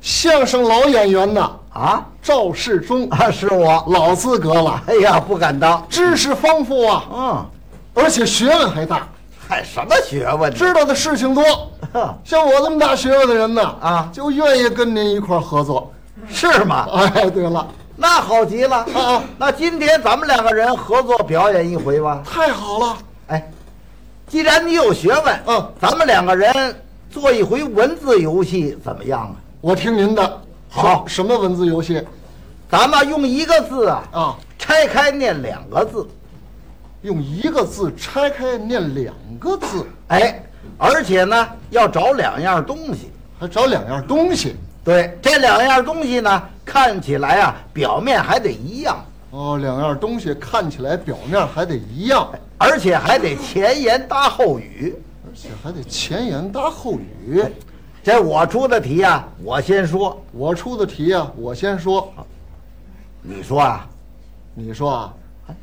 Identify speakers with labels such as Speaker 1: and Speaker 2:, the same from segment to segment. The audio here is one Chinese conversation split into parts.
Speaker 1: 相声老演员呐，
Speaker 2: 啊
Speaker 1: 赵世忠
Speaker 2: 啊，是我。
Speaker 1: 老资格了，
Speaker 2: 哎呀，不敢当。
Speaker 1: 知识丰富啊，
Speaker 2: 嗯，
Speaker 1: 而且学问还大，
Speaker 2: 嗨，什么学问呢？
Speaker 1: 知道的事情 多。像我这么大学问的人呢，
Speaker 2: 啊
Speaker 1: 就愿意跟您一块儿合作。
Speaker 2: 是吗？
Speaker 1: 哎，对了，
Speaker 2: 那好极了。
Speaker 1: 啊
Speaker 2: 那今天咱们两个人合作表演一回吧。
Speaker 1: 太好了，
Speaker 2: 哎，既然你有学问，
Speaker 1: 嗯
Speaker 2: 咱们两个人做一回文字游戏怎么样啊？
Speaker 1: 我听您的。
Speaker 2: 好
Speaker 1: 什什么文字游戏
Speaker 2: 咱们用一个字啊，
Speaker 1: 啊？
Speaker 2: 拆开念两个字。
Speaker 1: 用一个字拆开念两个字，
Speaker 2: 哎，而且呢，要找两样东西。
Speaker 1: 还找两样东西。
Speaker 2: 对，这两样东西呢，看起来啊，表面还得一样，
Speaker 1: 哦，两样东西看起来表面还得一样，
Speaker 2: 而且还得前言搭后语。
Speaker 1: 而且还得前言搭后语。
Speaker 2: 这我出的题啊，我先说，
Speaker 1: 我出的题啊，我先说，
Speaker 2: 你说啊，
Speaker 1: 你说啊，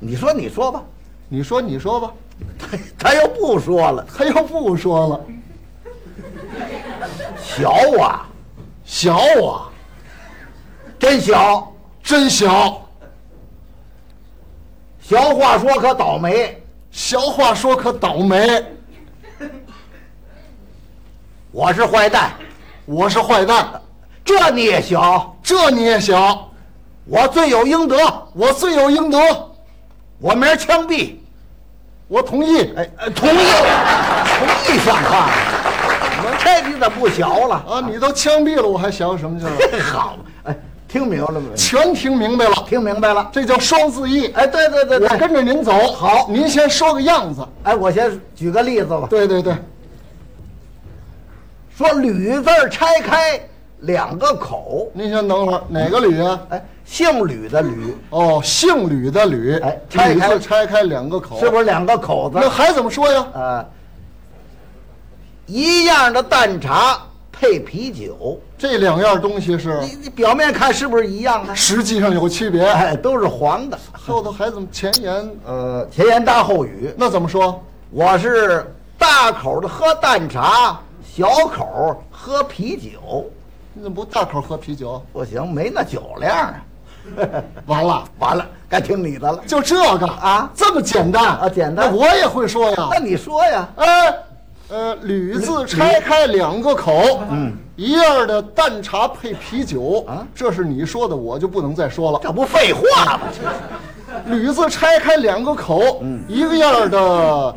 Speaker 2: 你说你说吧，
Speaker 1: 你说你说吧，
Speaker 2: 他他又不说了，
Speaker 1: 他又不说了，
Speaker 2: 小啊，
Speaker 1: 小啊，
Speaker 2: 真小，
Speaker 1: 真小，
Speaker 2: 小话说可倒霉，
Speaker 1: 小话说可倒霉，
Speaker 2: 我是坏蛋，
Speaker 1: 我是坏蛋，
Speaker 2: 这你也小，
Speaker 1: 这你也小，
Speaker 2: 我罪有应得，
Speaker 1: 我罪有应得，
Speaker 2: 我明儿枪毙，
Speaker 1: 我同意。
Speaker 2: 哎，呃同意，同意像话吗，这你怎么不小了？
Speaker 1: 啊，你都枪毙了，我还想什么去 了？
Speaker 2: 好嘛，哎，听明白了没？
Speaker 1: 全听明白了，
Speaker 2: 听明白了。
Speaker 1: 这叫双字义。
Speaker 2: 哎，对对对
Speaker 1: 我
Speaker 2: 对，
Speaker 1: 跟着您走，
Speaker 2: 好
Speaker 1: 您先说个样子。
Speaker 2: 哎，我先举个例子吧。
Speaker 1: 对对对，
Speaker 2: 说“吕”字儿拆开两个口，
Speaker 1: 您先等会儿，哪个吕啊？
Speaker 2: 哎，姓吕的吕，
Speaker 1: 哦，姓吕的吕，
Speaker 2: 哎拆
Speaker 1: 吕
Speaker 2: 开
Speaker 1: 字拆开两个口，
Speaker 2: 是不是两个口子
Speaker 1: 嗯那？还怎么说呀？
Speaker 2: 呃，一样的蛋茶配啤酒，
Speaker 1: 这两样东西是
Speaker 2: 你你表面看是不是一样的？
Speaker 1: 实际上有区别，
Speaker 2: 哎，都是黄的。
Speaker 1: 后头还怎么前言？
Speaker 2: 呃，前言搭后语，
Speaker 1: 那怎么说？
Speaker 2: 我是大口的喝蛋茶，小口喝啤酒。
Speaker 1: 你怎么不大口喝啤酒？
Speaker 2: 不行，没那酒量啊。
Speaker 1: 完了，
Speaker 2: 完了，该听你的了。
Speaker 1: 就这个
Speaker 2: 啊
Speaker 1: 这么简单
Speaker 2: 啊简单
Speaker 1: 那我也会说呀
Speaker 2: 那。你说呀？
Speaker 1: 哎，呃，吕字拆开两个口，嗯，一样的淡茶配啤酒
Speaker 2: 啊
Speaker 1: 这是你说的，我就不能再说了。
Speaker 2: 这不废话吗？
Speaker 1: 吕字拆开两个口，
Speaker 2: 嗯
Speaker 1: 一个样的，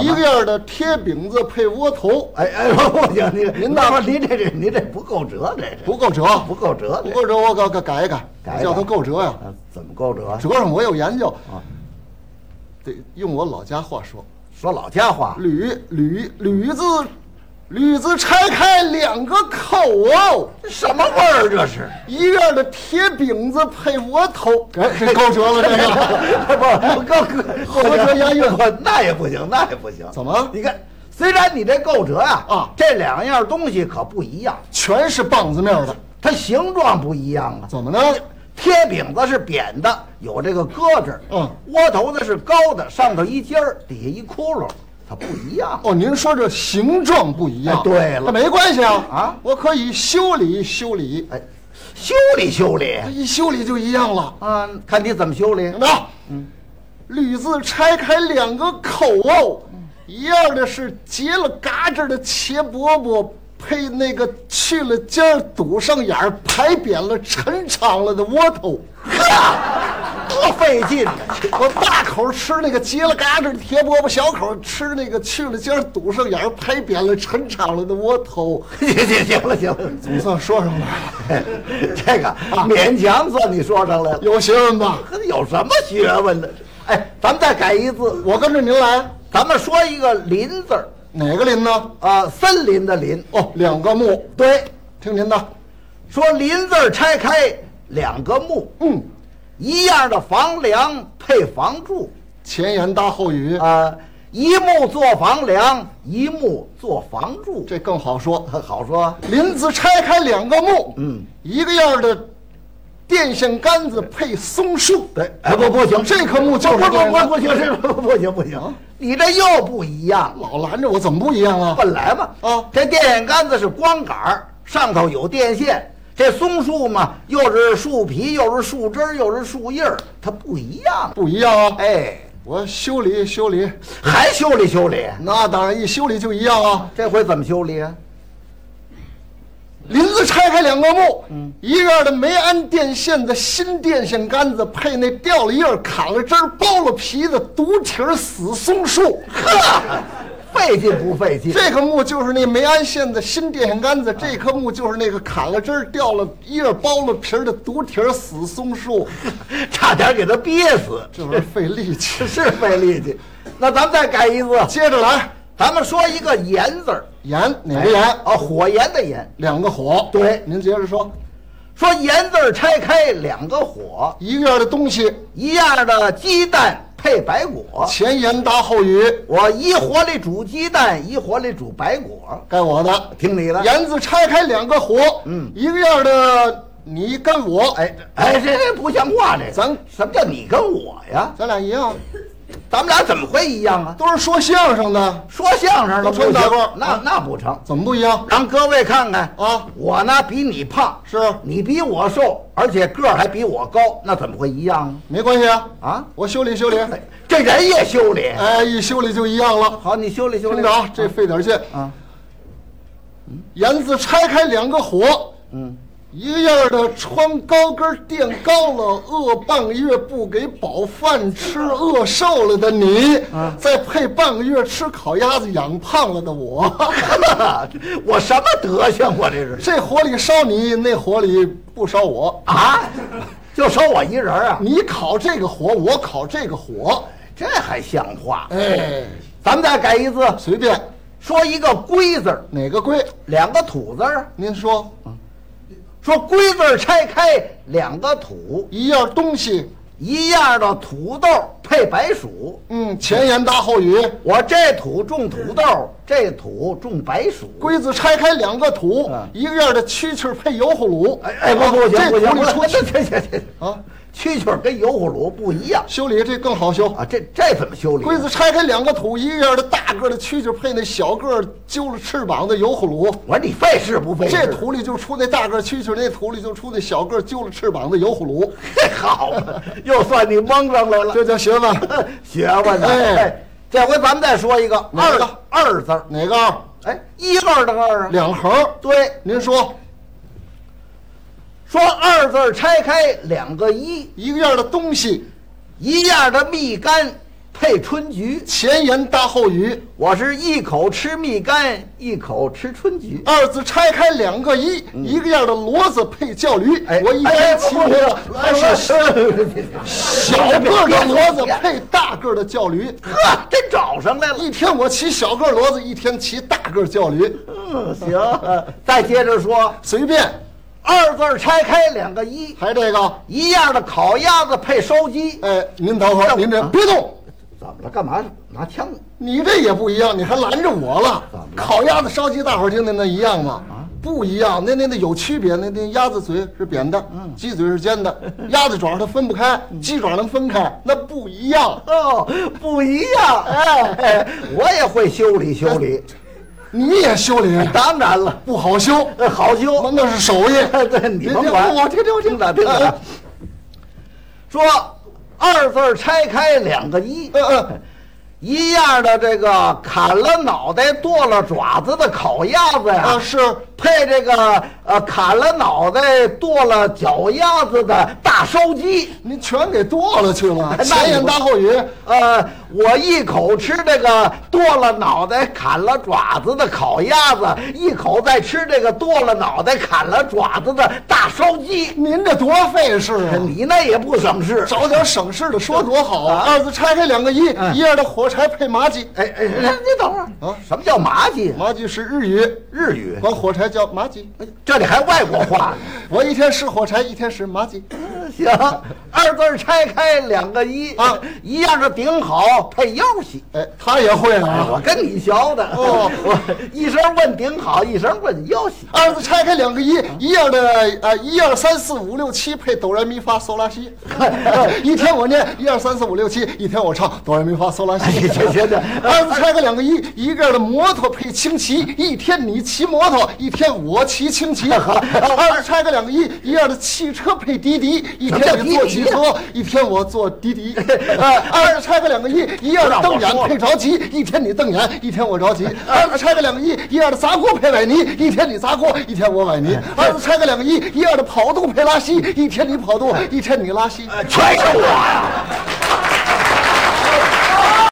Speaker 1: 一个样的贴饼子配窝头，
Speaker 2: 哎哎，不行，您
Speaker 1: 您
Speaker 2: 您
Speaker 1: 那
Speaker 2: 那您这这您这不够折，这是
Speaker 1: 不够折，
Speaker 2: 不够折
Speaker 1: 不够折，我给给改一改，
Speaker 2: 改
Speaker 1: 我
Speaker 2: 一改
Speaker 1: 叫它够折呀。
Speaker 2: 啊？怎么够折？
Speaker 1: 折上我有研究
Speaker 2: 啊，
Speaker 1: 得用我老家话说，
Speaker 2: 说老家话，
Speaker 1: 吕吕吕字，吕字拆开两个口哦，
Speaker 2: 什么味儿这是？
Speaker 1: 一样的贴饼子配窝头，哎，这 够折了这个。
Speaker 2: 不 够
Speaker 1: 合辙押 韵
Speaker 2: 不那也不行，那也不行。
Speaker 1: 怎么
Speaker 2: 你看，虽然你这够折呀，
Speaker 1: 啊
Speaker 2: 这两样东西可不一样，
Speaker 1: 全是棒子面的，
Speaker 2: 它形状不一样啊。
Speaker 1: 怎么呢？
Speaker 2: 贴饼子是扁的，有这个搁字儿
Speaker 1: 嗯
Speaker 2: 窝头呢是高的，上头一尖儿，底下一窟窿，它不一样。
Speaker 1: 哦，您说这形状不一样，
Speaker 2: 哎对了
Speaker 1: 那没关系啊
Speaker 2: 啊
Speaker 1: 我可以修理修理，
Speaker 2: 哎，修理修理
Speaker 1: 一修理就一样了。
Speaker 2: 啊，看你怎么修理
Speaker 1: 等。等，嗯，吕字拆开两个口哦，一样的是结了嘎吱的茄饽饽，配那个去了尖儿堵上眼儿排扁了抻长了的窝头。
Speaker 2: 多费劲呢！
Speaker 1: 我大口吃那个结了嘎吱的铁饽饽，小口吃那个去了尖儿堵上眼儿拍扁了抻长了的窝头。
Speaker 2: 行行行了行了，
Speaker 1: 总算说上来了，
Speaker 2: 这个勉强算你说上来了。
Speaker 1: 有学问吧？
Speaker 2: 可有什么学问呢？哎，咱们再改一字，
Speaker 1: 我跟着您来，
Speaker 2: 咱们说一个林字儿
Speaker 1: 哪个林呢？
Speaker 2: 啊，森林的林。
Speaker 1: 哦，两个木，
Speaker 2: 对，
Speaker 1: 听您的。
Speaker 2: 说林字儿拆开两个木，
Speaker 1: 嗯，
Speaker 2: 一样的房梁配房柱
Speaker 1: 前言搭后语，
Speaker 2: 啊，一木做房梁，一木做房柱，
Speaker 1: 这更好说。
Speaker 2: 好说。
Speaker 1: 林子拆开两个木，
Speaker 2: 嗯，
Speaker 1: 一个样的电线杆子配松树。
Speaker 2: 对，哎不不行，
Speaker 1: 这棵木就是
Speaker 2: 不
Speaker 1: 这
Speaker 2: 不
Speaker 1: 样
Speaker 2: 不不行，这不不行不行， 你这又不一样了。
Speaker 1: 老拦着我，怎么不一样啊？
Speaker 2: 本来嘛，
Speaker 1: 啊
Speaker 2: 这电线杆子是光杆儿，上头有电线。这松树嘛，又是树皮，又是树枝儿，又是树叶儿，它不一样。
Speaker 1: 不一样啊！
Speaker 2: 哎，
Speaker 1: 我修理修理，
Speaker 2: 还修理修理，
Speaker 1: 那当然一修理就一样啊。
Speaker 2: 这回怎么修理啊？
Speaker 1: 林子拆开两个墓，一院的没安电线的新电线杆子，配那掉了叶儿、砍了枝儿、剥了皮的独体儿死松树。
Speaker 2: 呵，费劲不费劲？
Speaker 1: 这棵墓就是那没安线的新电线杆子，这棵墓就是那个砍了枝儿、掉了叶儿、剥了皮儿的独体儿死松树，
Speaker 2: 差点给他憋死，
Speaker 1: 这玩意儿费力气。
Speaker 2: 是费力气。那咱们再改一次，
Speaker 1: 接着来，
Speaker 2: 咱们说一个“炎”字儿，
Speaker 1: 盐哪个盐？
Speaker 2: 啊，火炎的炎。
Speaker 1: 两个火。
Speaker 2: 对
Speaker 1: 您接着说，
Speaker 2: 说“炎”字儿拆开两个火，
Speaker 1: 一个院的东西
Speaker 2: 一样的鸡蛋配白果。
Speaker 1: 前言搭后语，
Speaker 2: 我一火里煮鸡蛋，一火里煮白果，
Speaker 1: 该我的。
Speaker 2: 听你的。
Speaker 1: 园子拆开两个火，
Speaker 2: 嗯
Speaker 1: 一个样的你跟我，
Speaker 2: 哎哎，这这不像话，这个
Speaker 1: 咱
Speaker 2: 什么叫你跟我呀？
Speaker 1: 咱俩一样，
Speaker 2: 咱们俩怎么会一样啊？
Speaker 1: 都是说相声的，
Speaker 2: 说相声的不
Speaker 1: 穿
Speaker 2: 行
Speaker 1: 大褂，
Speaker 2: 那那不成。
Speaker 1: 怎么不一样？
Speaker 2: 让各位看看
Speaker 1: 啊
Speaker 2: 我呢比你胖，
Speaker 1: 是
Speaker 2: 你比我瘦，而且个儿还比我高，那怎么会一样
Speaker 1: 没关系啊，
Speaker 2: 啊？啊，
Speaker 1: 我修理修理，
Speaker 2: 这人也修理。
Speaker 1: 哎，一修理就一样了。
Speaker 2: 好，你修理修
Speaker 1: 听
Speaker 2: 理。
Speaker 1: 着啊，这费点劲。
Speaker 2: 啊，
Speaker 1: 园子拆开两个火，
Speaker 2: 嗯，
Speaker 1: 一个样的穿高跟垫高了，饿半个月不给饱饭吃，饿瘦了的你，
Speaker 2: 嗯
Speaker 1: 再配半个月吃烤鸭子养胖了的我，
Speaker 2: 我什么德行？我这是
Speaker 1: 这火里烧你，那火里不烧我。
Speaker 2: 啊，就收我一人儿啊，
Speaker 1: 你烤这个火，我烤这个火，
Speaker 2: 这还像话？
Speaker 1: 哎，
Speaker 2: 咱们再改一字，
Speaker 1: 随便
Speaker 2: 说一个“龟”字儿，
Speaker 1: 哪个归？
Speaker 2: 两个“土”字儿。啊
Speaker 1: 您说
Speaker 2: 说“龟”字儿拆开两个“土”，
Speaker 1: 一样东西，
Speaker 2: 一样的土豆配白薯。
Speaker 1: 嗯，前言搭后语，
Speaker 2: 我这土种土豆，这土种白薯。
Speaker 1: 龟子拆开两个土，一个样的蛐蛐配油葫芦。
Speaker 2: 嗯哎哎，不不行
Speaker 1: 这
Speaker 2: 不行，
Speaker 1: 土
Speaker 2: 不
Speaker 1: 里
Speaker 2: 行，
Speaker 1: 出
Speaker 2: 这这这这
Speaker 1: 啊，
Speaker 2: 蛐蛐儿跟油葫芦不一样
Speaker 1: 修理这更好修。
Speaker 2: 啊，这这怎么修理？
Speaker 1: 龟子拆开两个土，一个样的大个的蛐蛐配那小个儿揪了翅膀的油葫芦。
Speaker 2: 我说你费事不费事？
Speaker 1: 这土里就出那大个蛐蛐，那土里就出那小个儿揪了翅膀的油葫 芦，
Speaker 2: 这好嘛，又算你蒙上来了，
Speaker 1: 这叫学问。
Speaker 2: 学问呢。
Speaker 1: 哎
Speaker 2: 哎，这回咱们再说一个
Speaker 1: 哪
Speaker 2: 二
Speaker 1: 个
Speaker 2: 二字儿，
Speaker 1: 哪个二？
Speaker 2: 哎，一二的二啊。
Speaker 1: 两横儿。
Speaker 2: 对，
Speaker 1: 您说
Speaker 2: 说二字儿拆开两个一，
Speaker 1: 一个样的东西，
Speaker 2: 一样的蜜柑配春菊。
Speaker 1: 前言搭后语，
Speaker 2: 我是一口吃蜜柑，一口吃春菊。
Speaker 1: 二字拆开两个一，一个样的骡子配叫驴。我哎一
Speaker 2: 哎
Speaker 1: 边骑骡子，还是小个的骡子配大个的叫驴。
Speaker 2: 呵，真找上来了。
Speaker 1: 一天我骑小个骡子，一天骑大个叫驴，
Speaker 2: 嗯，行，再接着说，
Speaker 1: 随便。
Speaker 2: 二字儿拆开两个一，
Speaker 1: 还这个，
Speaker 2: 一样的烤鸭子配烧鸡。
Speaker 1: 哎，您等会儿，您这别动，
Speaker 2: 怎么了？干嘛拿枪？
Speaker 1: 你这也不一样，你还拦着我
Speaker 2: 怎么
Speaker 1: 了
Speaker 2: 了。啊
Speaker 1: 烤鸭子烧鸡，大伙儿听的那一样吗？不一样，那那那有区别。那那鸭子嘴是扁的，
Speaker 2: 嗯
Speaker 1: 鸡嘴是尖 的，鸭子爪它分不开，鸡爪能分开，那不一样。
Speaker 2: 哦，不一样。哎，我也会修理修理，
Speaker 1: 你也修理，
Speaker 2: 当然了。
Speaker 1: 不好修，
Speaker 2: 呃，好修，
Speaker 1: 那那是手艺。
Speaker 2: 对，你甭管，
Speaker 1: 我听听我听
Speaker 2: 着听着
Speaker 1: 哎。
Speaker 2: 说二字儿拆开两个一，
Speaker 1: 嗯嗯，
Speaker 2: 呃一样的这个砍了脑袋剁了爪子的烤鸭子
Speaker 1: 啊
Speaker 2: 呀，
Speaker 1: 是
Speaker 2: 配这个呃砍了脑袋剁了脚丫子的大烧鸡。
Speaker 1: 您全给剁了去了，
Speaker 2: 哎那
Speaker 1: 前言搭后语，
Speaker 2: 呃，我一口吃这个剁了脑袋、砍了爪子的烤鸭子，一口再吃这个剁了脑袋、砍了爪子的大烧鸡。
Speaker 1: 您这多费事啊！
Speaker 2: 哎你那也不省事。
Speaker 1: 找点省事的说多好啊！二字拆开两个一，
Speaker 2: 嗯
Speaker 1: 一样的火柴配麻吉，
Speaker 2: 哎哎，你等会儿
Speaker 1: 啊
Speaker 2: 什么叫麻吉？
Speaker 1: 麻吉是日语，
Speaker 2: 日语，
Speaker 1: 管火柴叫麻吉。
Speaker 2: 这里还外国话。
Speaker 1: 我一天使火柴，一天使麻吉。
Speaker 2: 行，二字儿拆开两个一
Speaker 1: 啊
Speaker 2: 一样的顶好配腰细。
Speaker 1: 哎，他也会
Speaker 2: 哎
Speaker 1: 啊。
Speaker 2: 我跟你学的，
Speaker 1: 哦
Speaker 2: 我一声问顶好，一声问腰细。
Speaker 1: 二字拆开两个一，一样的啊，一二三四五六七配哆来咪发嗦拉西。 一天我念一二三四五六七，一天我唱哆来咪发嗦拉西。
Speaker 2: 这这这
Speaker 1: 二字拆开两个一，一个的摩托配轻骑，一天你骑摩托，一天天我骑轻 骑，二拆个两个一，一样的汽车配滴滴，一天你坐汽车，一天我坐滴滴， 啊二拆个两个一，一样的瞪眼配着急，一天你瞪眼，一天我着急，二拆个两个一，一样的砸锅配崴泥，一天你砸锅，一天我崴泥，二拆个两
Speaker 2: 哎
Speaker 1: 个一，一样的跑肚配拉稀，一天你跑肚，一天你拉稀，
Speaker 2: 全是我呀。